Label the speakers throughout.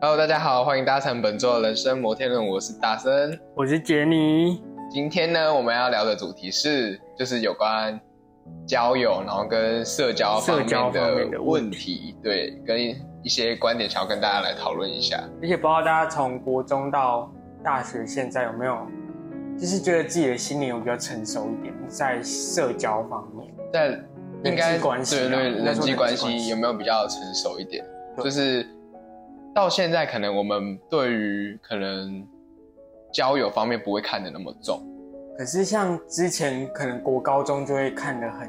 Speaker 1: Hello，大家好，欢迎搭乘本周的人生摩天轮，我是大森。
Speaker 2: 我是杰尼。
Speaker 1: 今天呢，我们要聊的主题是，就是有关交友，然后跟社交方
Speaker 2: 社交
Speaker 1: 面
Speaker 2: 方面
Speaker 1: 的
Speaker 2: 的
Speaker 1: 问
Speaker 2: 问
Speaker 1: 题，对，跟一些观点想要跟大家来讨论一下。
Speaker 2: 而且不知道大家从国中到大学现在有没有，就是觉得自己的心灵有比较成熟一点，在社交方面。
Speaker 1: 但应该
Speaker 2: 人际关系
Speaker 1: 对
Speaker 2: 啊
Speaker 1: 对
Speaker 2: 应该说
Speaker 1: 人际关
Speaker 2: 人际关
Speaker 1: 系
Speaker 2: 系
Speaker 1: 有没有比较成熟一点？
Speaker 2: 对
Speaker 1: 就是到现在，可能我们对于可能交友方面不会看得那么重，
Speaker 2: 可是像之前可能国高中就会看得很，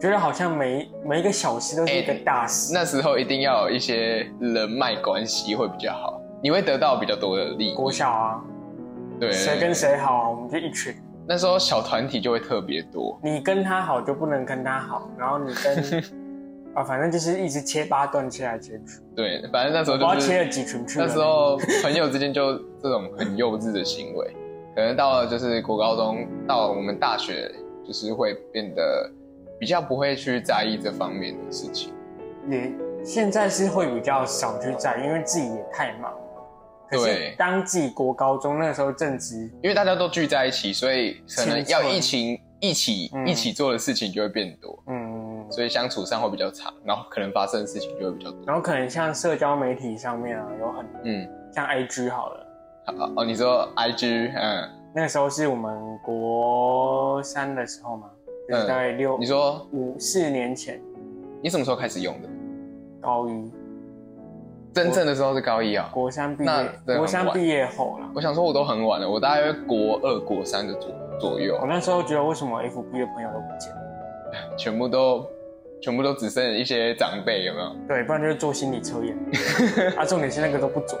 Speaker 2: 觉得好像每每一个小事都是一个
Speaker 1: 哎
Speaker 2: 大事。
Speaker 1: 那时候一定要有一些人脉关系会比较好，你会得到比较多的利益。
Speaker 2: 国小啊，
Speaker 1: 对，
Speaker 2: 谁跟谁好啊，我们就一群。
Speaker 1: 那时候小团体就会特别多。
Speaker 2: 你跟他好就不能跟他好，然后 你跟啊，反正就是一直切八段切来切去，
Speaker 1: 对，反正那时
Speaker 2: 我
Speaker 1: 候
Speaker 2: 不知道
Speaker 1: 就
Speaker 2: 切
Speaker 1: 是
Speaker 2: 了几群去了。
Speaker 1: 那时候朋友之间就这种很幼稚的行为，可能到了就是国高中到我们大学，就是会变得比较不会去在意这方面的事情。
Speaker 2: 也现在是会比较少去在，因为自己也太忙了。可
Speaker 1: 对
Speaker 2: 是当自己国高中那时候正值，
Speaker 1: 因为大家都聚在一起，所以可能
Speaker 2: 青春
Speaker 1: 要一起一起、
Speaker 2: 嗯
Speaker 1: 一起做的事情就会变多，
Speaker 2: 嗯，
Speaker 1: 所以相处上会比较长，然后可能发生的事情就会比较多。
Speaker 2: 然后可能像社交媒体上面啊，有很
Speaker 1: 嗯，
Speaker 2: 像 IG 好了，
Speaker 1: 好哦，你说 I G，嗯，
Speaker 2: 那时候是我们国三的时候嘛，就是大概六、
Speaker 1: 嗯你说
Speaker 2: 五四年前
Speaker 1: 你什么时候开始用的？
Speaker 2: 高一
Speaker 1: 真正的时候是高一啊、
Speaker 2: 国三毕
Speaker 1: 那真的
Speaker 2: 业，
Speaker 1: 很
Speaker 2: 国三
Speaker 1: 晚
Speaker 2: 毕业后啦。
Speaker 1: 我想说，我都很晚了，我大约国二、国三的左左右
Speaker 2: 我，那时候觉得为什么 FB 的朋友都不见了？
Speaker 1: 全部都全部都只剩一些长辈，有没 有？
Speaker 2: 对，不然就是做心理 测验，啊，重点是那个都不准。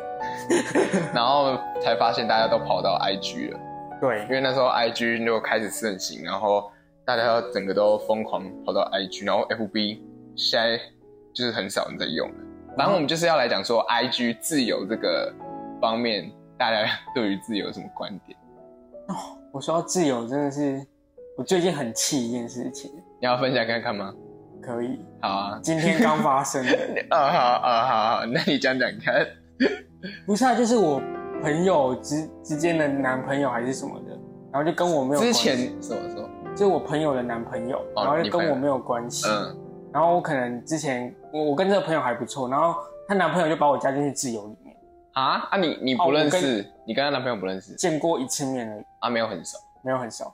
Speaker 1: 然后才发现大家都跑到 IG 了，
Speaker 2: 对
Speaker 1: 因，为那时候 IG 就开始盛行，然后大家整个都疯狂跑到 IG，然后 FB 现在就是很少人在用了。反正我们就是要来讲说 IG 自由这个方面，大家 对于自由有什么观点？
Speaker 2: 我说到自由，真的是我最近很气一件事情，
Speaker 1: 你要分享看看吗？
Speaker 2: 可以，
Speaker 1: 好啊，
Speaker 2: 今天刚发 生的，
Speaker 1: 啊好
Speaker 2: 哦
Speaker 1: 啊好好，那你讲讲看。
Speaker 2: 不是啊，就是我朋友之之间的男朋友还是什么的，然后就跟我没有
Speaker 1: 之
Speaker 2: 关系
Speaker 1: 前什么时候？
Speaker 2: 就是我朋友的男朋友，
Speaker 1: 哦
Speaker 2: 然后
Speaker 1: 你
Speaker 2: 就
Speaker 1: 朋
Speaker 2: 跟
Speaker 1: 友
Speaker 2: 我没有关系，
Speaker 1: 嗯，
Speaker 2: 然后我可能之前我我跟这个朋友还不错，然后她男朋友就把我加进去自由里面，
Speaker 1: 啊啊你，你不
Speaker 2: 哦我
Speaker 1: 认
Speaker 2: 跟
Speaker 1: 识，你跟她男朋友不认识
Speaker 2: 见过一次面而已，
Speaker 1: 啊？没有很熟。
Speaker 2: 没有很熟，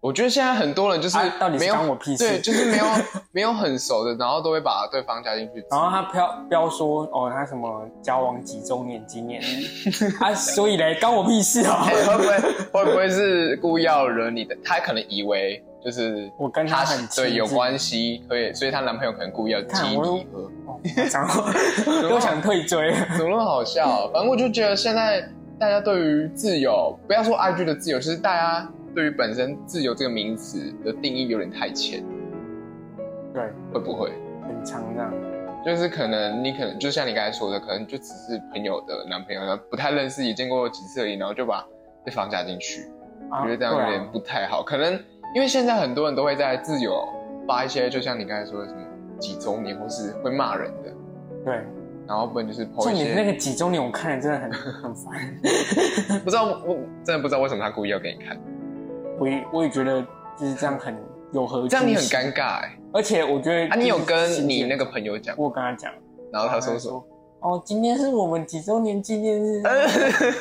Speaker 1: 我觉得现在很多人就是
Speaker 2: 啊到底是
Speaker 1: 没有
Speaker 2: 关我屁事
Speaker 1: 对，就是没有没有很熟的，然后都会把对方加进去。
Speaker 2: 然后他标标说哦他什么交往几周年 纪念日啊，所以嘞，关我屁事啊
Speaker 1: 哎、，会不会会不会是故意要惹你的？她可能以为就是
Speaker 2: 我跟
Speaker 1: 她
Speaker 2: 他很
Speaker 1: 对
Speaker 2: 亲
Speaker 1: 有
Speaker 2: 近
Speaker 1: 关系，所以所以她男朋友可能故意要激
Speaker 2: 看我
Speaker 1: 你。呃
Speaker 2: 哦，然后又想退追了。
Speaker 1: 怎么那么好笑、反正我就觉得现在大家对于自由，不要说 IG 的自由，就是大家对于本身自由这个名词的定义有点太浅，
Speaker 2: 对，
Speaker 1: 会不会？
Speaker 2: 很长这样。
Speaker 1: 就是可能你可能就像你刚才说的，可能就只是朋友的男朋友，然后不太认识，也见过几次而已，然后就把对方加进去，我
Speaker 2: 啊
Speaker 1: 觉得这样有点不太好。可能因为现在很多人都会在自由发一些，就像你刚才说的什么几周年，或是会骂人的，
Speaker 2: 对啊，
Speaker 1: 然后不然就是抛
Speaker 2: 对，重
Speaker 1: 一
Speaker 2: 点是那
Speaker 1: 些，
Speaker 2: 个几周年，我看了真的很 很烦。
Speaker 1: 不知道我真的不知道为什么他故意要给你看，
Speaker 2: 我也我也觉得就是这样很有何？
Speaker 1: 这样你很尴，尬哎、
Speaker 2: 而且我觉得
Speaker 1: 啊，你有
Speaker 2: 就是
Speaker 1: 跟你那个朋友讲，
Speaker 2: 我跟他讲，
Speaker 1: 然后他说什
Speaker 2: 什
Speaker 1: 么？
Speaker 2: 么？哦，今天是我们几周年纪念日，
Speaker 1: 哎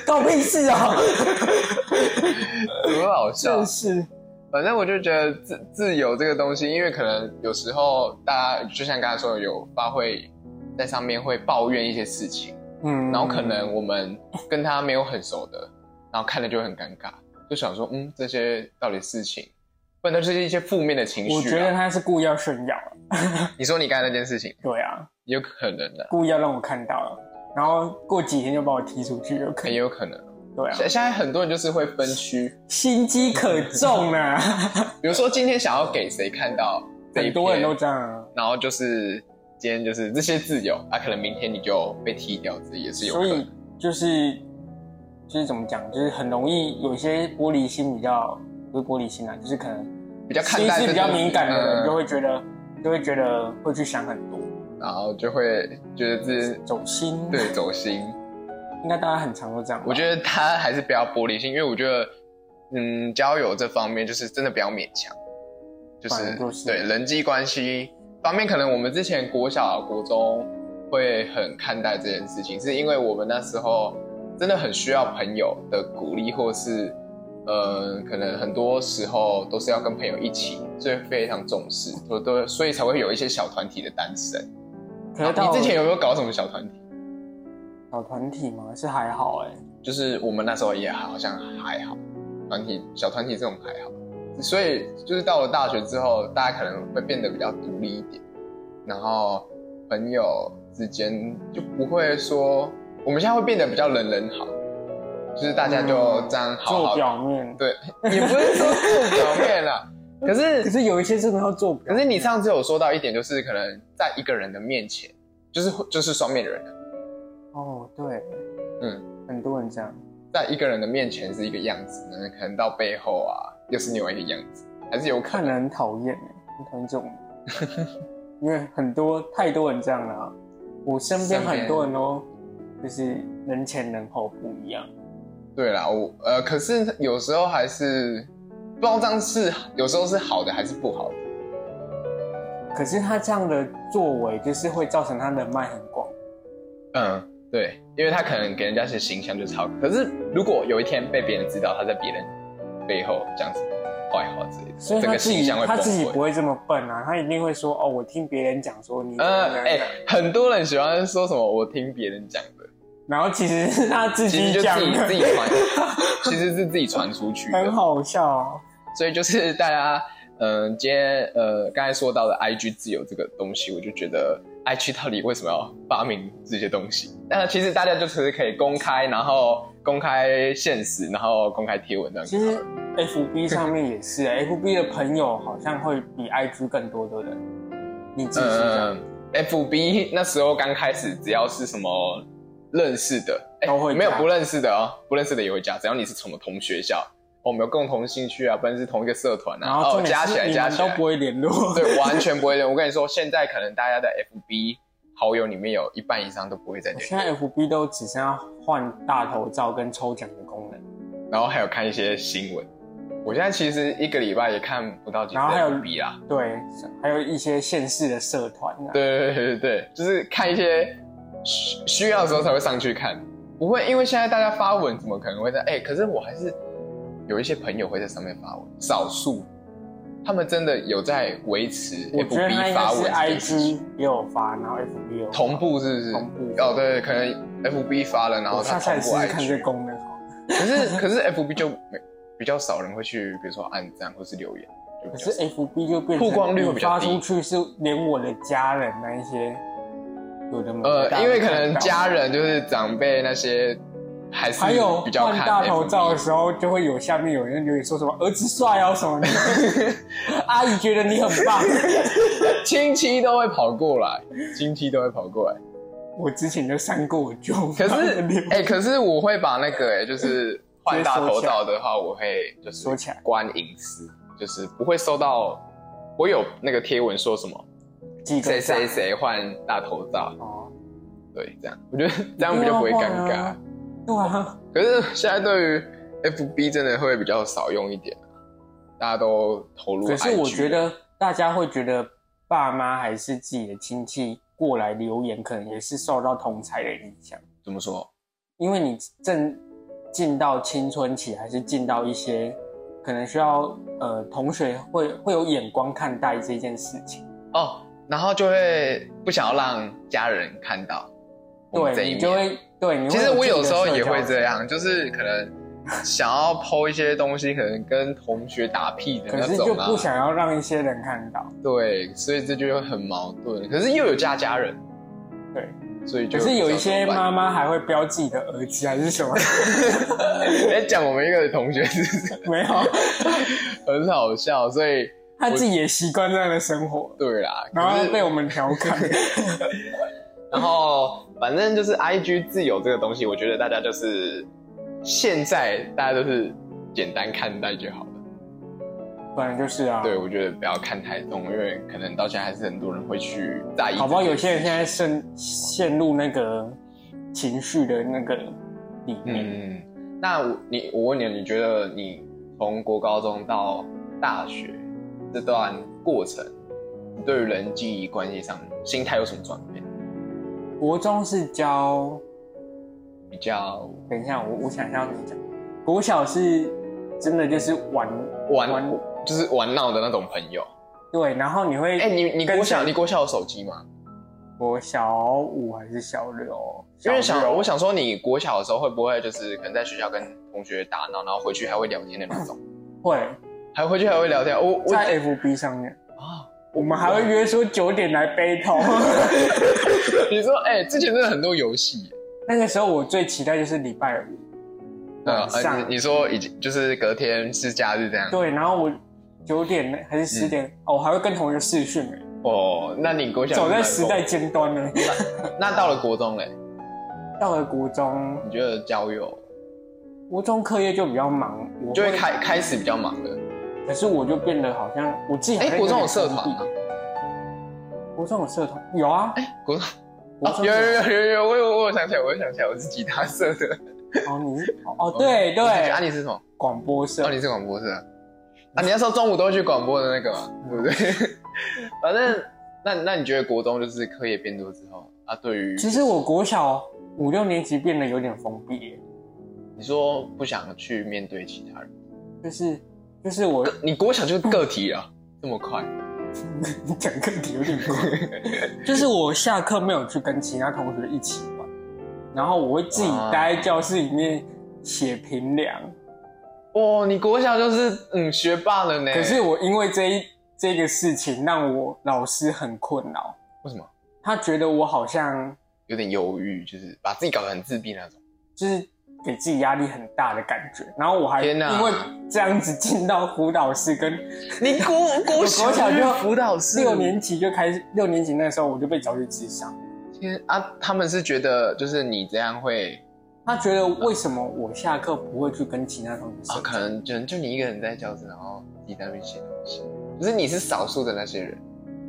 Speaker 2: 搞屁事啊！
Speaker 1: 很好笑
Speaker 2: 真。是，
Speaker 1: 反正我就觉得自自由这个东西，因为可能有时候大家就像刚才说的，有发会在上面会抱怨一些事情，
Speaker 2: 嗯
Speaker 1: 然后可能我们跟他没有很熟的，然后看了就会很尴尬，就想说，嗯，这些到底事情，不然就是一些负面的情
Speaker 2: 我
Speaker 1: 绪
Speaker 2: 觉得
Speaker 1: 啊。
Speaker 2: 他是故意要炫耀啊，
Speaker 1: 你说你刚才那件事情，
Speaker 2: 对啊，
Speaker 1: 有可能的、
Speaker 2: 故意要让我看到了，然后过几天就把我踢出去，有
Speaker 1: 很
Speaker 2: 可能，
Speaker 1: 有可能。
Speaker 2: 对啊，
Speaker 1: 现现在很多人就是会分区，
Speaker 2: 心机可 重啊，
Speaker 1: 比如说今天想要给谁看到这一
Speaker 2: 很多人
Speaker 1: 篇
Speaker 2: 都这样啊。
Speaker 1: 然后就是今天就是这些自由，啊，可能明天你就被踢掉，这也是有
Speaker 2: 所
Speaker 1: 可
Speaker 2: 以
Speaker 1: 能。
Speaker 2: 就是就是怎么讲，就是很容易有些玻璃心比较不是玻璃心啊，就是可能
Speaker 1: 比较看
Speaker 2: 心
Speaker 1: 待
Speaker 2: 思
Speaker 1: 这
Speaker 2: 比较
Speaker 1: 东西
Speaker 2: 敏感的人
Speaker 1: 嗯
Speaker 2: 就会觉得、就会觉得会去想很多，
Speaker 1: 然后就会觉得自己
Speaker 2: 走心。
Speaker 1: 对走心。
Speaker 2: 应该大家很常都这样吧。
Speaker 1: 我觉得他还是不要玻璃心，因为我觉得，嗯，交友这方面就是真的不要勉强，就
Speaker 2: 反
Speaker 1: 是
Speaker 2: 正就是
Speaker 1: 对人际关系方面，可能我们之前国小、国中会很看待这件事情，是因为我们那时候真的很需要朋友的鼓励，或是呃，可能很多时候都是要跟朋友一起，所以非常重视，都都所以才会有一些小团体的单身。
Speaker 2: 可是到
Speaker 1: 你之前有没有搞什么小团体？
Speaker 2: 小团体嘛，是还好哎、
Speaker 1: 就是我们那时候也好像还好，团体小团体这种还好，所以就是到了大学之后，大家可能会变得比较独立一点，然后朋友之间就不会说，我们现在会变得比较人人好，就是大家就这样好
Speaker 2: 做
Speaker 1: 好，
Speaker 2: 表面。
Speaker 1: 对，也不是说做表面啦，可
Speaker 2: 可
Speaker 1: 是
Speaker 2: 是有一些真的要做表
Speaker 1: 可是你上次有说到一点，就是可能在一个人的面前，就是就是双面人，
Speaker 2: 哦，对，
Speaker 1: 嗯，
Speaker 2: 很多人这样，
Speaker 1: 在一个人的面前是一个样子，那可能到背后啊，又是另外一个样子，还是有可
Speaker 2: 看
Speaker 1: 能。
Speaker 2: 了很讨厌哎，很讨厌 这种人，因为很多太多人这样了啊、我身边
Speaker 1: 身边
Speaker 2: 很多人都就是人前人后不一样，
Speaker 1: 对啦，我呃，可是有时候还是不知道这样是有时候是好的还是不好的。
Speaker 2: 可是他这样的作为就是会造成他人脉很广。
Speaker 1: 嗯，对，因为他可能给人家是形象就是好，可是如果有一天被别人知道他在别人背后这样子坏话之类的，
Speaker 2: 所以
Speaker 1: 整
Speaker 2: 他
Speaker 1: 个
Speaker 2: 自
Speaker 1: 形
Speaker 2: 己
Speaker 1: 象会崩
Speaker 2: 他自己不
Speaker 1: 溃。
Speaker 2: 会这么笨啊，他一定会说哦，我听别人讲说你怎么
Speaker 1: 呃
Speaker 2: 样，怎么
Speaker 1: 哎、
Speaker 2: 样
Speaker 1: 很多人喜欢说什么我听别人讲的，
Speaker 2: 然后其实是他 自
Speaker 1: 其实
Speaker 2: 己
Speaker 1: 就
Speaker 2: 讲
Speaker 1: 自己自己
Speaker 2: 的，
Speaker 1: 传，其实是自己传出去的。
Speaker 2: 很好笑哦、
Speaker 1: 所以就是 大家，嗯、今天呃刚才说到的 IG 自由这个东西，我就觉得 IG 到底为什么要发明这些东西？那其实大家就只是可以公开，然后公开现实，然后公开贴文这样
Speaker 2: 其
Speaker 1: 子。啊
Speaker 2: 实 FB 上面也是、FB 的朋友好像会比 IG 更多，对不对？你自己是这样
Speaker 1: 嗯、f b 那时候刚开始，只要是什么认识的，哎
Speaker 2: 都会加
Speaker 1: 没有不认识的哦，不认识的也会加，只要你是什么同学校，哦我们有共同兴趣啊，不然是同一个社团
Speaker 2: 然
Speaker 1: 啊，
Speaker 2: 后
Speaker 1: 哦
Speaker 2: 重点
Speaker 1: 加起
Speaker 2: 是
Speaker 1: 来
Speaker 2: 你
Speaker 1: 加
Speaker 2: 们
Speaker 1: 起来
Speaker 2: 都不会联络，
Speaker 1: 对，完全不会的。我跟你说，现在可能大家的 FB 好友里面有一半以上都不会再
Speaker 2: 我
Speaker 1: 联
Speaker 2: 现在 FB 都只剩下换大头照跟抽奖的功能，
Speaker 1: 络，然后还有看一些新闻。我现在其实一个礼拜也看不到几次
Speaker 2: 然后还有
Speaker 1: FB 啦。
Speaker 2: 对，还有一些县市的社团、啊，
Speaker 1: 对对对对对，就是看一些需需要的时候才会上去看，不会因为现在大家发文怎么可能会在？哎、可是我还是有一些朋友会在上面发文，少数他们真的有在维持
Speaker 2: 我觉得他
Speaker 1: FB
Speaker 2: 应
Speaker 1: 发文
Speaker 2: 该
Speaker 1: 这件事情
Speaker 2: 是 IG 也有发，然后 FB 也有发
Speaker 1: 同步是不是？
Speaker 2: 同步
Speaker 1: 哦，对，可能 FB 发了，然后
Speaker 2: 我
Speaker 1: 他
Speaker 2: 下次
Speaker 1: 同
Speaker 2: 来
Speaker 1: 步
Speaker 2: 试试
Speaker 1: IG。
Speaker 2: 看这功能好了。
Speaker 1: 可是可是 FB 就没比较少人会去，比如说按赞或是留言，就
Speaker 2: 可
Speaker 1: 比较
Speaker 2: 是
Speaker 1: 少
Speaker 2: FB 就变成
Speaker 1: 曝光率
Speaker 2: 我
Speaker 1: 比较
Speaker 2: 发
Speaker 1: 低
Speaker 2: 出去是连我的家人那一些有的没的大家
Speaker 1: 呃，因为可
Speaker 2: 看
Speaker 1: 能
Speaker 2: 到
Speaker 1: 家人就是长辈那些还是
Speaker 2: 还有
Speaker 1: 比较
Speaker 2: 换
Speaker 1: 看
Speaker 2: 大头
Speaker 1: FB
Speaker 2: 照的时候，就会有下面有人留言说什么儿子帅哦什么的， 阿姨觉得你很棒。
Speaker 1: 亲戚都会跑过来，亲戚都会跑过来。
Speaker 2: 我之前就删过我舅妈
Speaker 1: 可
Speaker 2: 的
Speaker 1: 是
Speaker 2: 脸，
Speaker 1: 哎、可是我会把那个哎、 就是换大头照的话，我会就是
Speaker 2: 收起来
Speaker 1: 关隐私，就是不会收到。我有那个贴文说什么
Speaker 2: 几 个
Speaker 1: 谁
Speaker 2: 赞
Speaker 1: 谁谁换大头照，
Speaker 2: 哦，
Speaker 1: 对，这样 我觉得这样比较不会尴
Speaker 2: 一定要换
Speaker 1: 尬。
Speaker 2: 啊。对啊，
Speaker 1: 可是现在对于 FB 真的会比较少用一点，啊大家都投入啊 IG。
Speaker 2: 可是我觉得大家会觉得爸妈还是自己的亲戚过来留言，可能也是受到同才的影响。
Speaker 1: 怎么说？
Speaker 2: 因为你正进到青春期，还是进到一些可能需要呃同学会会有眼光看待这件事情，
Speaker 1: 哦，然后就会不想要让家人看到我们这一
Speaker 2: 对你就
Speaker 1: 面。
Speaker 2: 会对你会
Speaker 1: 其实我有时候
Speaker 2: 自己
Speaker 1: 也
Speaker 2: 的社交
Speaker 1: 会这样，就是可能想要剖一些东西，可能跟同学打屁的
Speaker 2: 可
Speaker 1: 那
Speaker 2: 是就
Speaker 1: 种啊
Speaker 2: 不。想要让一些人看到，
Speaker 1: 对，所以这就会很矛盾。可是又有家家人，
Speaker 2: 对。
Speaker 1: 所以就
Speaker 2: 可是有一
Speaker 1: 不知道
Speaker 2: 些
Speaker 1: 怎么办
Speaker 2: 妈妈还会标自己的儿子还是什么，
Speaker 1: 在讲我们一个同学是
Speaker 2: 没有，
Speaker 1: 很好笑，所以
Speaker 2: 他自己也习惯这样的生活，
Speaker 1: 对啦，
Speaker 2: 然后
Speaker 1: 可是
Speaker 2: 被我们调侃。
Speaker 1: 然后反正就是 I G 自由这个东西，我觉得大家就是现在大家都是简单看待就好了。
Speaker 2: 本来就是啊，
Speaker 1: 对，我觉得不要看太重，因为可能到现在还是很多人会去在意。
Speaker 2: 好不好？有些人现在陷陷入那个情绪的那个里面。
Speaker 1: 嗯，那我你我问你，你觉得你从国高中到大学这段过程，你对于人际关系上心态有什么转变？
Speaker 2: 国中是教，
Speaker 1: 比较
Speaker 2: 等一下我我想要你讲，国小是真的就是玩
Speaker 1: 玩就是玩闹的那种朋友。
Speaker 2: 对，然后你会
Speaker 1: 哎、你你
Speaker 2: 跟
Speaker 1: 国小
Speaker 2: 谁
Speaker 1: 你国小有手机吗？
Speaker 2: 我小五还是小六？
Speaker 1: 因为
Speaker 2: 小
Speaker 1: 想
Speaker 2: 六
Speaker 1: 我想说，你国小的时候会不会就是可能在学校跟同学打闹，然后回去还会聊天的那种？
Speaker 2: 会
Speaker 1: 还回去还会聊天？我我
Speaker 2: 在 FB 上面，
Speaker 1: 啊，
Speaker 2: 我们还会约说九点来 battle。
Speaker 1: 你说哎、之前真的很多游戏，
Speaker 2: 那个时候我最期待就是礼拜五
Speaker 1: 呃
Speaker 2: 晚上，
Speaker 1: 呃，你你说已经就是隔天是假日这样。
Speaker 2: 对，然后我九点还是十点、
Speaker 1: 嗯
Speaker 2: 哦，我还会跟同学视讯、欸，
Speaker 1: 哦，那你国小
Speaker 2: 走在
Speaker 1: 蛮
Speaker 2: 时代尖端呢。
Speaker 1: 疯那到了国中嘞，
Speaker 2: 到了国中，
Speaker 1: 你觉得交友
Speaker 2: 国中课业就比较忙，我
Speaker 1: 就会，开开始比较忙了？
Speaker 2: 可是我就变得好像我自己好
Speaker 1: 哎、
Speaker 2: 像
Speaker 1: 国中有
Speaker 2: 点
Speaker 1: 社团
Speaker 2: 孤
Speaker 1: 吗
Speaker 2: 僻？国中有社团有啊，
Speaker 1: 国中
Speaker 2: 国
Speaker 1: 哎哦，
Speaker 2: 中
Speaker 1: 有
Speaker 2: 社
Speaker 1: 有有有有，我有我有想起来，我有想起来，我是吉他社的。
Speaker 2: 哦，你是哦哦对
Speaker 1: 我是吉他啊，
Speaker 2: 对，
Speaker 1: 你是什么？
Speaker 2: 广播社
Speaker 1: 哦，你是广播社啊？啊你那时候中午都会去广播的那个嘛，对 不对？反正那那你觉得国中就是课业变多之后啊，对于
Speaker 2: 其实我国小五六年级变得有点封闭，
Speaker 1: 你说不想去面对其他人，
Speaker 2: 就是就是我
Speaker 1: 你国小就是个体啊，这么快？
Speaker 2: 你讲课题有点快，就是我下课没有去跟其他同学一起玩，然后我会自己待在教室里面写评量。
Speaker 1: 哇，你国小就是嗯学霸了呢？
Speaker 2: 可是我因为这一这个事情让我老师很困扰，
Speaker 1: 为什么
Speaker 2: 他觉得我好像
Speaker 1: 有点忧郁，就是把自己搞得很自闭那种？
Speaker 2: 就是给自己压力很大的感觉，然后我还
Speaker 1: 天哪
Speaker 2: 因为这样子进到辅导室跟
Speaker 1: 你国国
Speaker 2: 我国小就
Speaker 1: 辅导室
Speaker 2: 六年级就开始，六年级那时候我就被找去智商。
Speaker 1: 天啊，他们是觉得就是你这样会
Speaker 2: 他觉得为什么我下课不会去跟其他同学
Speaker 1: 啊，
Speaker 2: 社交
Speaker 1: 可能就就你一个人在教室，然后你在那边写东西，可是你是少数的那些人，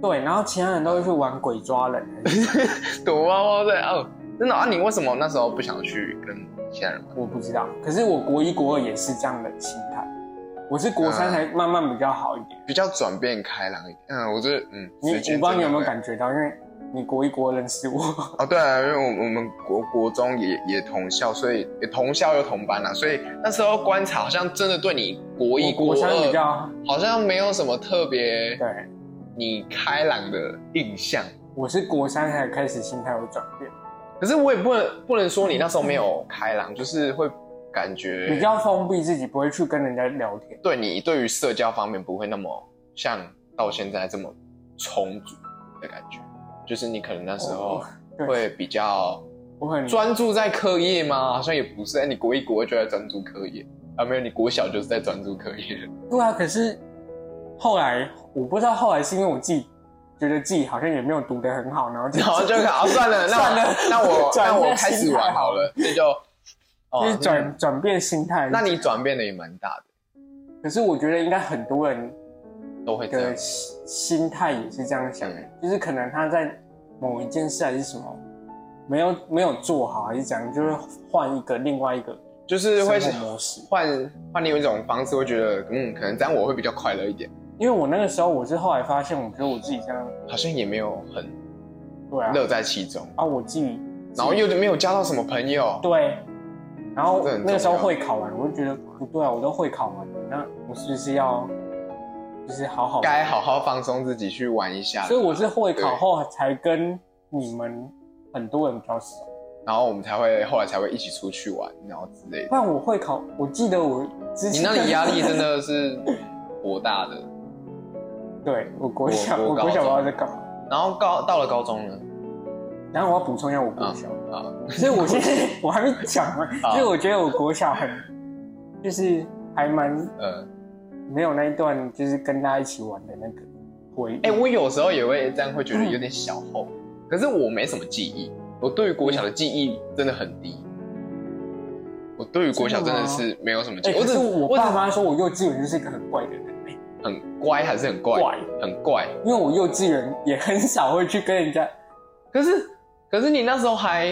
Speaker 2: 对，然后其他人都会去玩鬼抓人，
Speaker 1: 躲猫猫在哦，真的啊，你为什么那时候不想去跟其他人玩？
Speaker 2: 我不知道。可是我国一、国二也是这样的心态，我是国
Speaker 1: 啊
Speaker 2: 三才慢慢比较好一点。
Speaker 1: 比较转变开朗一点，嗯，我觉得嗯，
Speaker 2: 你我
Speaker 1: 时
Speaker 2: 不
Speaker 1: 间
Speaker 2: 知道你有没
Speaker 1: 真的
Speaker 2: 有
Speaker 1: 会
Speaker 2: 感觉到，因为你国一、国二认识我，
Speaker 1: 哦，对啊，因为我我们国国中也也同校，所以也同校又同班啦、啊所以那时候观察好像真的对你国一
Speaker 2: 我国三比
Speaker 1: 二
Speaker 2: 较
Speaker 1: 好像没有什么特别
Speaker 2: 对，
Speaker 1: 你开朗的印象。
Speaker 2: 我是国三才开始心态有转变，
Speaker 1: 可是我也不能不能说你那时候没有开朗，就是会感觉
Speaker 2: 比较封闭自己，不会去跟人家聊天。
Speaker 1: 对你对于社交方面不会那么像到现在这么充足的感觉，就是你可能那时候
Speaker 2: 哦对
Speaker 1: 会比较。
Speaker 2: 我很
Speaker 1: 专注在课业吗？好像也不是。哎，你国一、国二就在专注课业啊？没有，你国小就是在专注课业。
Speaker 2: 对啊，可是后来我不知道后来是因为我自己觉得自己好像也没有读得很好，然后就
Speaker 1: 然后 就好、啊、算了，那我
Speaker 2: 算了
Speaker 1: 那我
Speaker 2: 转
Speaker 1: 那
Speaker 2: 变
Speaker 1: 我开始玩好了， 这就哦
Speaker 2: 就是转、转变心态。
Speaker 1: 那你转变的也蛮大的，
Speaker 2: 可是我觉得应该很多人
Speaker 1: 都会这样
Speaker 2: 的。心心态也是这样想的，就是可能他在某一件事还是什么没有没有做好，还是怎样，就会换一个另外一个
Speaker 1: 就是
Speaker 2: 生
Speaker 1: 会
Speaker 2: 活模式。
Speaker 1: 换换另一种方式，会觉得嗯，可能这样我会比较快乐一点。
Speaker 2: 因为我那个时候我是后来发现，我觉得我自己这样
Speaker 1: 好像也没有很
Speaker 2: 对啊
Speaker 1: 乐在其中，
Speaker 2: 啊，我自己
Speaker 1: 然后又没有交到什么朋友。
Speaker 2: 对，然后
Speaker 1: 这很重要
Speaker 2: 那个时候会考完，我就觉得不对啊，我都会考完了，那我是不是要就是好好？
Speaker 1: 该好好放松自己，去玩一下。
Speaker 2: 所以我是会考
Speaker 1: 对
Speaker 2: 后才跟你们很多人比较熟，
Speaker 1: 然后我们才会后来才会一起出去玩，然后之类的
Speaker 2: 不。然我会考，我记得我之
Speaker 1: 你
Speaker 2: 前
Speaker 1: 那里压力真的是博大的。
Speaker 2: 对我国小，
Speaker 1: 我
Speaker 2: 我
Speaker 1: 国
Speaker 2: 国
Speaker 1: 高
Speaker 2: 小不知
Speaker 1: 中
Speaker 2: 道在干嘛。
Speaker 1: 然后高到了高中呢，
Speaker 2: 然后我要补充一下我国小，
Speaker 1: 啊，
Speaker 2: 所以我 现在我还没讲完，
Speaker 1: 好
Speaker 2: 所以我觉得我国小很就是还蛮
Speaker 1: 呃，
Speaker 2: 没有那一段就是跟大家一起玩的那个回忆。
Speaker 1: 哎、我有时候也会这样，会觉得有点小后，
Speaker 2: 嗯
Speaker 1: 可是我没什么记忆，我对于国小的记忆真的很低。我对于国小真的是没有什么记
Speaker 2: 哎、
Speaker 1: 忆，
Speaker 2: 可
Speaker 1: 我只
Speaker 2: 是我
Speaker 1: 我
Speaker 2: 爸
Speaker 1: 只
Speaker 2: 妈说我幼稚园就是一个很怪的人、欸，
Speaker 1: 很乖还是很怪，
Speaker 2: 怪
Speaker 1: 很怪。
Speaker 2: 因为我幼稚园也很少会去跟人家，
Speaker 1: 呃可是可是你那时候还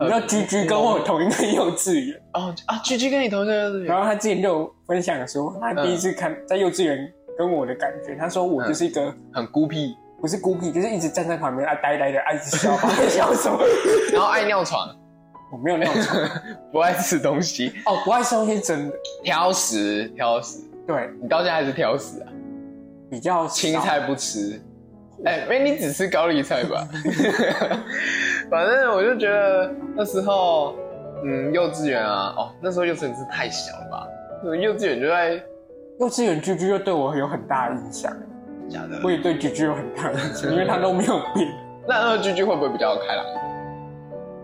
Speaker 2: 你知道居居跟我同一个幼稚园，
Speaker 1: 哦啊，居居跟你同一个幼稚
Speaker 2: 然
Speaker 1: 园，
Speaker 2: 后他之前就有分享说，他第一
Speaker 1: 嗯
Speaker 2: 次看在幼稚园跟我的感觉，他说我就是一个
Speaker 1: 很孤僻，
Speaker 2: 不是孤僻，就是一直站在旁边啊呆呆的，啊一直笑， 啊笑什么？
Speaker 1: 然后爱尿床，
Speaker 2: 我没有那种
Speaker 1: 不爱吃东西，
Speaker 2: 哦，不爱吃东西是真的，
Speaker 1: 挑食挑食，
Speaker 2: 对，
Speaker 1: 你到现在还是挑食啊？
Speaker 2: 比较少
Speaker 1: 青菜不吃，哎、没你只吃高丽菜吧？ 反正我就觉得那时候，嗯，幼稚园啊，哦，那时候幼稚园是太小了吧？幼稚园就在
Speaker 2: 幼稚园居居就对我有很大的影响，
Speaker 1: 假的
Speaker 2: 我也对居居有很大的影响，因为他都没有变。
Speaker 1: 那那居居会不会比较开朗一点？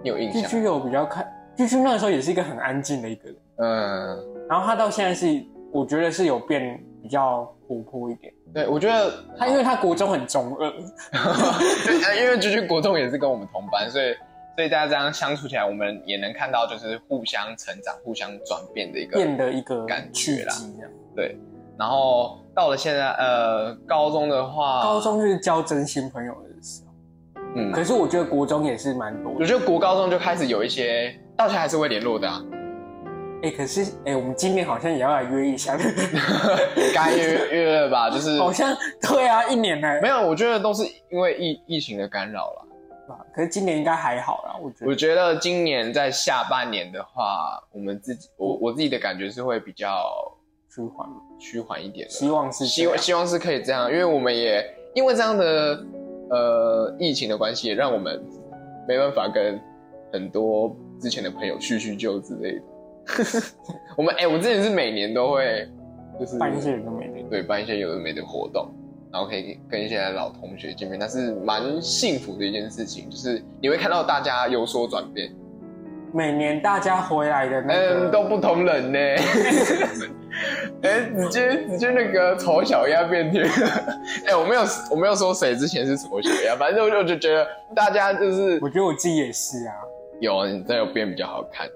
Speaker 1: 你有印
Speaker 2: 居
Speaker 1: 象？
Speaker 2: 居有比较看，居居那个时候也是一个很安静的一个人，
Speaker 1: 嗯，
Speaker 2: 然后他到现在是，我觉得是有变比较活泼一点。
Speaker 1: 对，我觉得
Speaker 2: 他因为他国中很中二，
Speaker 1: 嗯对 因为居居国中也是跟我们同班，所以所以大家这样相处起来，我们也能看到就是互相成长、互相转变的一个
Speaker 2: 变得一个
Speaker 1: 感觉啦
Speaker 2: 契机这样
Speaker 1: 然后到了现在，呃，高中的话，
Speaker 2: 高中就是交真心朋友的时候，
Speaker 1: 嗯，
Speaker 2: 可是我觉得国中也是蛮多
Speaker 1: 我
Speaker 2: 的。
Speaker 1: 觉得国高中就开始有一些，到现在还是会联络的、啊，
Speaker 2: 哎、可是哎、我们今年好像也要来约一下，对不对
Speaker 1: 该约约了吧？就是
Speaker 2: 好像对啊，一年来
Speaker 1: 没有，我觉得都是因为疫疫情的干扰了。
Speaker 2: 吧，可是今年应该还好啦，我觉
Speaker 1: 我
Speaker 2: 得。
Speaker 1: 觉得今年在下半年的话，我们自己，我我自己的感觉是会比较
Speaker 2: 循环嘛，
Speaker 1: 趋缓一点的，
Speaker 2: 希望是
Speaker 1: 希
Speaker 2: 希望
Speaker 1: 望希望是可以这样，呃因为我们也因为这样的呃疫情的关系，也让我们没办法跟很多之前的朋友叙叙旧之类的。 我们哎、我之前是每年都会就是
Speaker 2: 办一些人都没那
Speaker 1: 对，办一些有的没的活动，然后可以跟一些老同学见面，那是蛮幸福的一件事情。就是你会看到大家有所转变，
Speaker 2: 每年大家回来的那
Speaker 1: 嗯，
Speaker 2: 个，
Speaker 1: 都不同人 呢。哎、直接直接那个丑小鸭变天。哎、我没有我没有说谁之前是丑小鸭，反正我就我就觉得大家就是
Speaker 2: 我觉得我自己也是啊，
Speaker 1: 有你真的有变比较好看。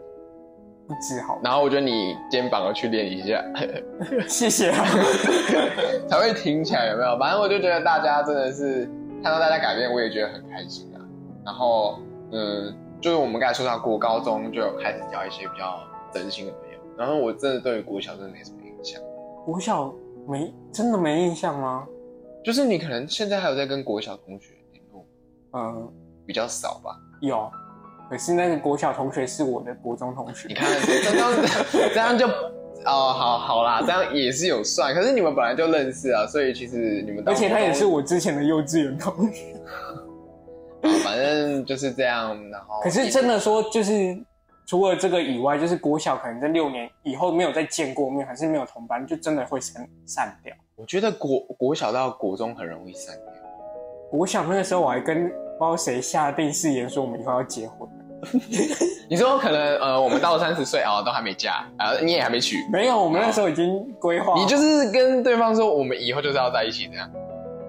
Speaker 2: 不 止好，
Speaker 1: 然后我觉得你肩膀要去练一下，
Speaker 2: 谢谢啊。
Speaker 1: 才会挺起来，有没有？反正我就觉得大家真的是看到大家改变，我也觉得很开心啊。然后，嗯，就是我们刚才说到国高中就有开始交一些比较真心的朋友，然后我真的对于国小真的没什么印象，
Speaker 2: 国小没真的没印象吗？
Speaker 1: 就是你可能现在还有在跟国小同学联络，
Speaker 2: 嗯，
Speaker 1: 比较少吧？
Speaker 2: 有，可是那个国小同学是我的国中同学
Speaker 1: 你，看这样这样就。哦，好好啦，这样也是有算，可是你们本来就认识啊，所以其实你们到
Speaker 2: 而且他也是
Speaker 1: 高
Speaker 2: 我之前的幼稚园同学。
Speaker 1: 中，反正就是这样，然后
Speaker 2: 可是真的说，就是除了这个以外，就是国小可能在六年以后没有再见过面，还是没有同班，就真的会散散掉。
Speaker 1: 我觉得国国小到国中很容易散掉，
Speaker 2: 国小那个时候我还跟不知道谁下定誓言说我们以后要结婚，
Speaker 1: 你说可能呃，我们到三十岁啊，都还没嫁，呃，你也还没娶，
Speaker 2: 没有，我们那时候已经规划，
Speaker 1: 你就是跟对方说我们以后就是要在一起这
Speaker 2: 啊
Speaker 1: 样。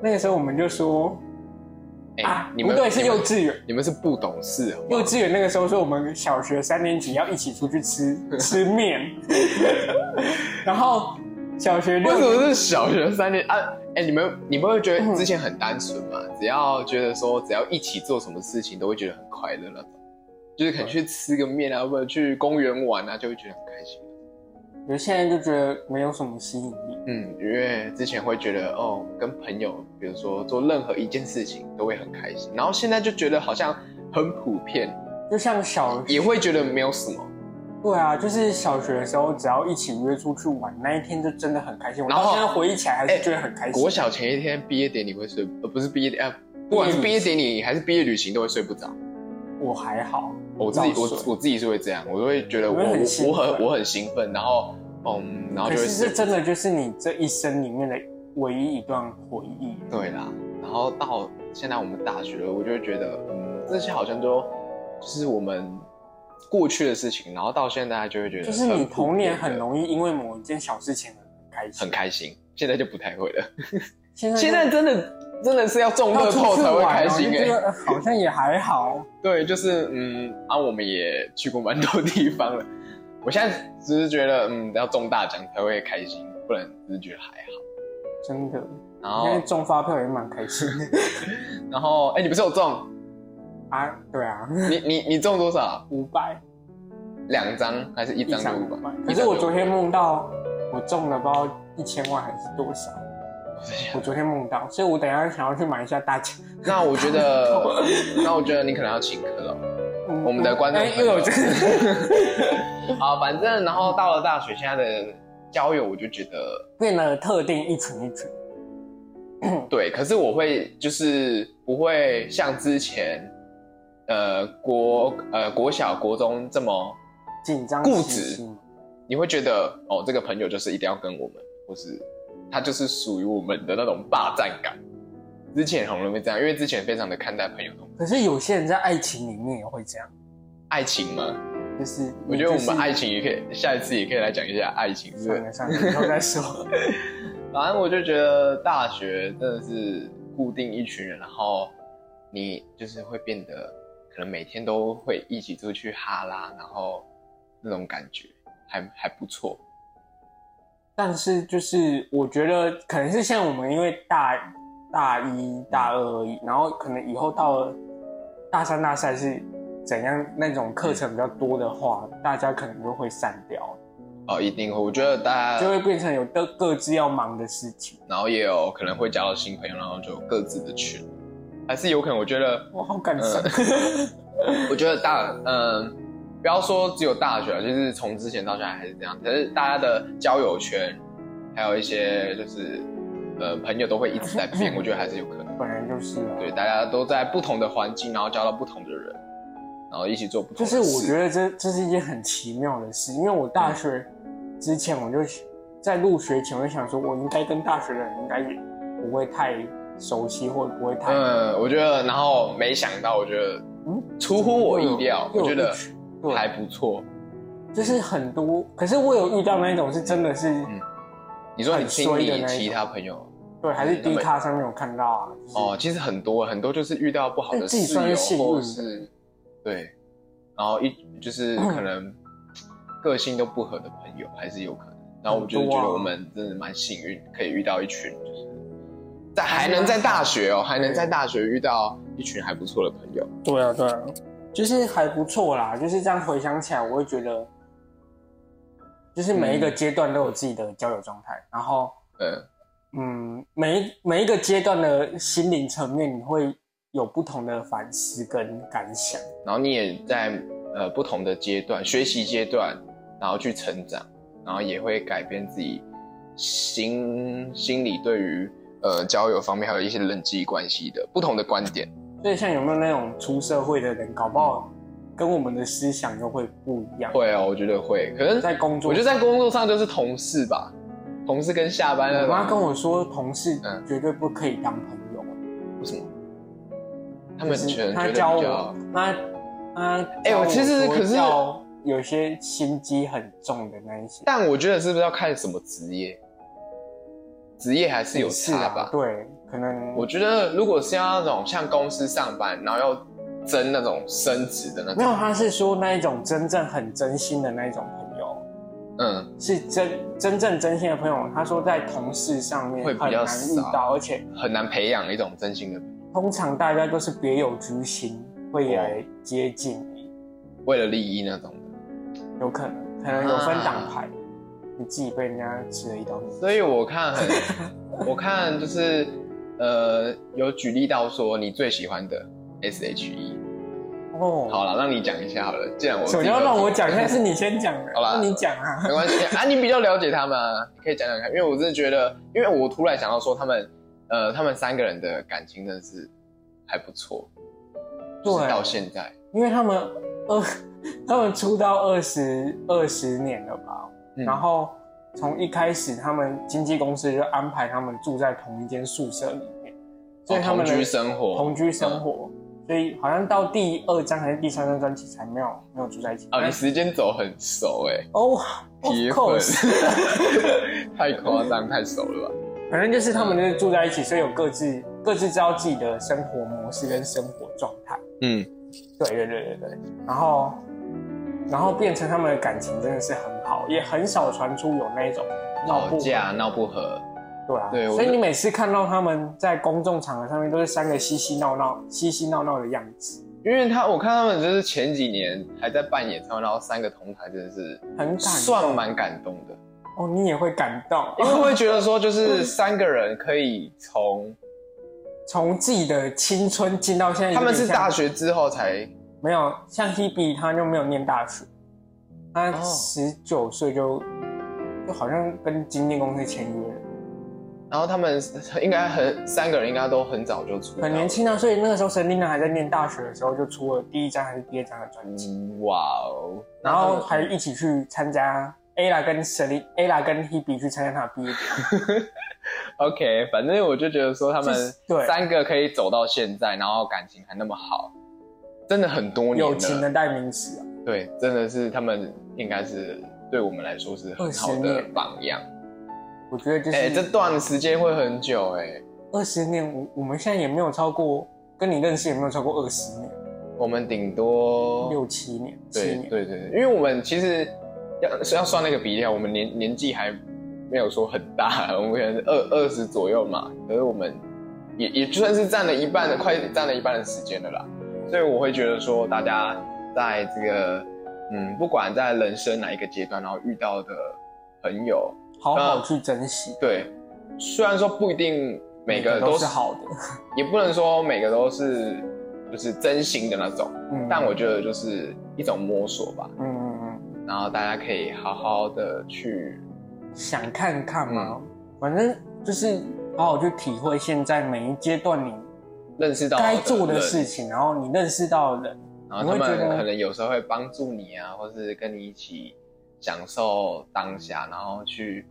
Speaker 2: 那个时候我们就说
Speaker 1: 哎、
Speaker 2: 啊，
Speaker 1: 你
Speaker 2: 不
Speaker 1: 们
Speaker 2: 对，是
Speaker 1: 你们
Speaker 2: 幼稚园。
Speaker 1: 你们是不懂事好不好
Speaker 2: 幼稚园那个时候说我们小学三年级要一起出去吃 吃面， 然后小 学
Speaker 1: 为
Speaker 2: 六
Speaker 1: 什
Speaker 2: 年嗯
Speaker 1: 么是小学三年啊？哎、你们你们会觉得之前很单纯嘛？只要觉得说只要一起做什么事情都会觉得很快乐那种，就是可能去吃个面啊，或者去公园玩啊，就会觉得很开心。
Speaker 2: 我现在就觉得没有什么吸引力，
Speaker 1: 嗯，因为之前会觉得哦，跟朋友，比如说做任何一件事情都会很开心，然后现在就觉得好像很普遍，
Speaker 2: 就像小
Speaker 1: 也会觉得没有什么。
Speaker 2: 对啊，就是小学的时候只要一起约出去玩，那一天就真的很开心。我
Speaker 1: 然后
Speaker 2: 到现在回忆起来还
Speaker 1: 哎
Speaker 2: 是觉得很开心。
Speaker 1: 国小前一天毕业典礼会睡，呃，不是毕业典，呃，不管是毕业典礼还是毕业旅行都会睡不着。
Speaker 2: 我还好，
Speaker 1: 我自己我
Speaker 2: 早睡
Speaker 1: 我自己是会这样，我都会觉得我
Speaker 2: 我会很
Speaker 1: 我
Speaker 2: 兴
Speaker 1: 我很
Speaker 2: 奋
Speaker 1: 我很兴奋，然后嗯，然后
Speaker 2: 可
Speaker 1: 就会
Speaker 2: 是
Speaker 1: 睡
Speaker 2: 这
Speaker 1: 不着。
Speaker 2: 真的就是你这一生里面的唯一一段回忆。
Speaker 1: 对啦，然后到现在我们大学了，我就会觉得，嗯，这些好像都就是我们过去的事情，然后到现在就会觉得
Speaker 2: 就是你
Speaker 1: 啊很普
Speaker 2: 童
Speaker 1: 遍
Speaker 2: 年
Speaker 1: 的
Speaker 2: 很容易因为某一件小事情很开心，
Speaker 1: 很开心，现在就不太会了。
Speaker 2: 现在就
Speaker 1: 现在真的真的是要中乐
Speaker 2: 要
Speaker 1: 透
Speaker 2: 出去
Speaker 1: 才会
Speaker 2: 玩
Speaker 1: 开
Speaker 2: 哦
Speaker 1: 心
Speaker 2: 就
Speaker 1: 哎、
Speaker 2: 觉得呃好像也还好。
Speaker 1: 对，就是嗯，啊，我们也去过蛮多地方了。我现在只是觉得，嗯，要中大奖才会开心，不然只是觉得还好。
Speaker 2: 真的，
Speaker 1: 然
Speaker 2: 现在
Speaker 1: 后，
Speaker 2: 中发票也蛮开心的。
Speaker 1: 然后，哎、你不是有中？
Speaker 2: 啊，对啊，
Speaker 1: 你你你中多少？
Speaker 2: 五百
Speaker 1: 两张还是一
Speaker 2: 一
Speaker 1: 张
Speaker 2: 张
Speaker 1: 五
Speaker 2: 五
Speaker 1: 百
Speaker 2: 百。？可是我昨天梦到我中了不知道一千万还是多少，我昨天梦到，所以我等一下想要去买一下大奖。
Speaker 1: 那我觉得，那我觉得你可能要请客了。
Speaker 2: 嗯
Speaker 1: 我们的观众
Speaker 2: 哎
Speaker 1: 朋友
Speaker 2: 因为我真的
Speaker 1: 好，反正然后到了大学，现在的交友我就觉得
Speaker 2: 变得特定一群一群，
Speaker 1: 对，可是我会就是不会像之前，呃国呃国小国中这么，
Speaker 2: 紧张
Speaker 1: 固
Speaker 2: 兮
Speaker 1: 执
Speaker 2: 兮嘛
Speaker 1: 你会觉得哦这个朋友就是一定要跟我们，或是他就是属于我们的那种霸占感。之前很容易这样，因为之前非常的看待朋友这种
Speaker 2: 可是有些人在爱情里面也会这样，
Speaker 1: 爱情嘛，
Speaker 2: 就是
Speaker 1: 我觉得我们爱
Speaker 2: 情，
Speaker 1: 情也可以下一次也可以来讲一下爱情，是不是？
Speaker 2: 算了算了，以后再说。
Speaker 1: 反正我就觉得大学真的是固定一群人，然后你就是会变得可能每天都会一起出去哈拉，然后那种感觉还还不错。
Speaker 2: 但是就是我觉得可能是像我们因为大大一大二而已，然后可能以后到了大三大四还是怎样那种课程比较多的话，大家可能就会散掉，
Speaker 1: 哦，一定会，我觉得大
Speaker 2: 就
Speaker 1: 家，
Speaker 2: 会变成有各各自要忙的事情。
Speaker 1: 然后也有可能会交到新朋友，然后就有各自的群，还是有可能。我觉得，
Speaker 2: 我好感伤。
Speaker 1: 我觉得大，嗯、不要说只有大学，就是从之前到现在还是这样。可是大家的交友圈，还有一些就是，呃，朋友都会一直在 变，我觉得还是有可能。
Speaker 2: 本来就是啊，
Speaker 1: 对，大家都在不同的环境，然后交到不同的人，然后一起做不同
Speaker 2: 就
Speaker 1: 的
Speaker 2: 是
Speaker 1: 事。
Speaker 2: 我觉得这这是一件很奇妙的事，因为我大学之前我就在入学前我就想说，我应该跟大学的人应该也不会太熟悉，或者不会太
Speaker 1: 嗯，我觉得，然后没想到，我觉得
Speaker 2: 嗯
Speaker 1: 出乎我意料，
Speaker 2: 又
Speaker 1: 我
Speaker 2: 有
Speaker 1: 觉得
Speaker 2: 一群对
Speaker 1: 还不错。
Speaker 2: 就是很多，可是我有遇到那种是真的是，
Speaker 1: 嗯你说你听
Speaker 2: 很衰的
Speaker 1: 你
Speaker 2: 那一种
Speaker 1: 其他朋友
Speaker 2: 对，还是
Speaker 1: 对他
Speaker 2: 低
Speaker 1: 们
Speaker 2: 咖上面有看到啊，就是
Speaker 1: 哦，其实很多很多就是遇到不好的
Speaker 2: 哎自己
Speaker 1: 室友，
Speaker 2: 算是幸运的
Speaker 1: 或是对，然后一 就是可能个性都不合的朋友还是有可能。然后我就是
Speaker 2: 很多
Speaker 1: 觉
Speaker 2: 啊
Speaker 1: 得我们真的蛮幸运，可以遇到一群就是在还
Speaker 2: 啊
Speaker 1: 能在大学哦，还能在大学遇到一群还不错的朋友。
Speaker 2: 对啊对啊，就是还不错啦，就是这样回想起来，我会觉得，就是每一个阶段都有自己的交友状态，然后
Speaker 1: 嗯，
Speaker 2: 嗯，每一每一个阶段的心灵层面，你会有不同的反思跟感想，
Speaker 1: 然后你也在呃不同的阶段，学习阶段，然后去成长，然后也会改变自己心心里对于呃交友方面还有一些人际关系的不同的观点。
Speaker 2: 所以像有没有那种出社会的人，搞不好跟我们的思想又会不一样，
Speaker 1: 会哦，我觉得会。可能
Speaker 2: 在工作
Speaker 1: 我觉得在工作上就是同事吧，同事跟下班
Speaker 2: 我
Speaker 1: 的。
Speaker 2: 妈跟我说，同事
Speaker 1: 嗯
Speaker 2: 绝对不可以当朋友，
Speaker 1: 为什么？他们
Speaker 2: 就是
Speaker 1: 觉得
Speaker 2: 她
Speaker 1: 觉
Speaker 2: 教
Speaker 1: 得比
Speaker 2: 我
Speaker 1: 较，
Speaker 2: 她她
Speaker 1: 哎我
Speaker 2: 教
Speaker 1: 其实
Speaker 2: 说
Speaker 1: 可是
Speaker 2: 要有些心机很重的那一些，
Speaker 1: 但我觉得是不是要看什么职业？职业还是有
Speaker 2: 也是
Speaker 1: 差
Speaker 2: 啊
Speaker 1: 吧。
Speaker 2: 对，可能
Speaker 1: 我觉得如果是要那种像公司上班，然后要争那种升职的那
Speaker 2: 没有，
Speaker 1: 种，
Speaker 2: 她是说那一种真正很真心的那一种朋友，
Speaker 1: 嗯，
Speaker 2: 是真真正真心的朋友。她说在同事上面
Speaker 1: 会
Speaker 2: 很
Speaker 1: 比较
Speaker 2: 难遇
Speaker 1: 少
Speaker 2: 到，而且
Speaker 1: 很难培养一种真心的，
Speaker 2: 通常大家都是别有居心，会来接近你，
Speaker 1: 为了利益那种的。
Speaker 2: 有可能可能有分
Speaker 1: 啊
Speaker 2: 党派，你自己被人家吃了一刀哦米。
Speaker 1: 所以我看很， 我看就是呃，有举例到说你最喜欢的 S H E。
Speaker 2: 哦，
Speaker 1: 好了，让你讲一下好了。既然我
Speaker 2: 首先要让我讲，现在是你先讲的，
Speaker 1: 好啦
Speaker 2: 那你讲啊
Speaker 1: 没。关系啊，你比较了解他们啊，你可以讲讲看。因为我真的觉得，因为我突然想到说他们，呃，他们三个人的感情真的是还不错，就是
Speaker 2: 对
Speaker 1: 到现在，
Speaker 2: 因为他们二， 他们出道二十二十年了吧，
Speaker 1: 嗯
Speaker 2: 然后从一开始他们经纪公司就安排他们住在同一间宿舍里面，所以他们
Speaker 1: 哦同
Speaker 2: 的
Speaker 1: 居生活，嗯
Speaker 2: 同居生活，所以好像到第二张还是第三张专辑才没有没有住在一起。哎
Speaker 1: 啊，你时间走很熟哎、
Speaker 2: 哦，
Speaker 1: 铁
Speaker 2: of
Speaker 1: 粉
Speaker 2: course，，
Speaker 1: 太夸张，太熟了吧？
Speaker 2: 反正就是他们就是住在一起，所以有各自各自知道自己的生活模式跟生活状态。
Speaker 1: 嗯，
Speaker 2: 对对对对对，然后然后变成他们的感情真的是很好，也很少传出有那一种闹
Speaker 1: 吵
Speaker 2: 不和
Speaker 1: 架闹不和，
Speaker 2: 对啊，
Speaker 1: 对我
Speaker 2: 所以
Speaker 1: 觉
Speaker 2: 你
Speaker 1: 得
Speaker 2: 每次看到他们在公众场合上面都是三个嬉嬉闹闹、嬉嬉闹闹的样子，
Speaker 1: 因为他我看他们就是前几年还在办演唱会，然后三个同台真的是
Speaker 2: 很感动
Speaker 1: 算蛮感动的，嗯
Speaker 2: 哦，你也会感动，
Speaker 1: 因为会觉得说就是三个人可以从
Speaker 2: 从自己的青春进到现在，
Speaker 1: 他们是大，学之后才
Speaker 2: 没有像 Hebe 他就没有念大学，他
Speaker 1: 哦
Speaker 2: 十九岁就、就好像跟经纪公司签约了，
Speaker 1: 然后他们应该很三个人应该都很早就出道了，
Speaker 2: 很年轻啊，所以那个时候 Selina 还在念大学的时候就出了第一张还是第二张的专辑，
Speaker 1: 嗯。哇哦！
Speaker 2: 然
Speaker 1: 他
Speaker 2: 后
Speaker 1: 们
Speaker 2: 还一起去参加 Ella 跟 Selina Ella 跟 Hebe 去参加她的毕业典礼
Speaker 1: OK，反正我就觉得说他们
Speaker 2: 就是对
Speaker 1: 三个可以走到现在，然后感情还那么好，真的很多年
Speaker 2: 友情
Speaker 1: 了。
Speaker 2: 的代名词啊，
Speaker 1: 对，真的是他们应该是对我们来说是很好
Speaker 2: 20
Speaker 1: 的
Speaker 2: 年
Speaker 1: 榜样。
Speaker 2: 我觉得就是
Speaker 1: 哎、这段时间会很久哎、
Speaker 2: 二十年，我我们现在也没有超过，跟你认识也没有超过二十年，
Speaker 1: 我们顶多
Speaker 2: 六七年、七
Speaker 1: 对
Speaker 2: 年。
Speaker 1: 对对，对因为我们其实要是要算那个比例啊，我们年年纪还没有说很大， 我们可能是二二十左右嘛，可是我们也也就算是占了一半的，快占了一半的时间了啦。所以我会觉得说，大家在这个嗯，不管在人生哪一个阶段，然后遇到的朋友，
Speaker 2: 好好去珍惜，
Speaker 1: 对，虽然说不一定每个
Speaker 2: 都
Speaker 1: 都
Speaker 2: 是好的，
Speaker 1: 也不能说每个都是就是真心的那种，
Speaker 2: 嗯
Speaker 1: 但我觉得就是一种摸索吧。
Speaker 2: 嗯嗯
Speaker 1: 然后大家可以好好的去，
Speaker 2: 嗯，想看看
Speaker 1: 嗯
Speaker 2: 嘛，反正就是好好去体会现在每一阶段你
Speaker 1: 认识到
Speaker 2: 该做的
Speaker 1: 人
Speaker 2: 事，情，然后你认识到的人，
Speaker 1: 然后他
Speaker 2: 你会觉
Speaker 1: 们
Speaker 2: 得
Speaker 1: 可能有时候会帮助你啊，或是跟你一起享受当下，然后去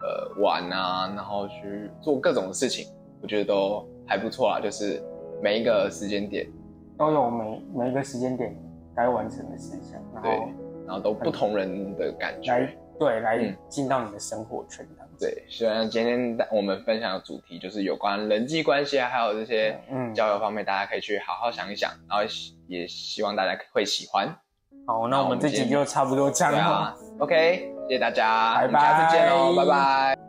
Speaker 1: 呃玩啊，然后去做各种事情，我觉得都还不错啊。就是每一个时间点，
Speaker 2: 都有每每一个时间点该完成的事情，然后
Speaker 1: 对然后都不同人的感觉
Speaker 2: 来。对来
Speaker 1: 嗯
Speaker 2: 进到你的生活圈当中。
Speaker 1: 对，虽然今天我们分享的主题就是有关人际关系啊，还有这些
Speaker 2: 嗯
Speaker 1: 交友方面，大家可以去好好想一想，然后也希望大家会喜欢。
Speaker 2: 好，那我们这集就差不多这样
Speaker 1: 对啊
Speaker 2: 了。
Speaker 1: 啊，OK，谢谢大家，
Speaker 2: 哦拜拜
Speaker 1: 我们下次见喽，拜拜。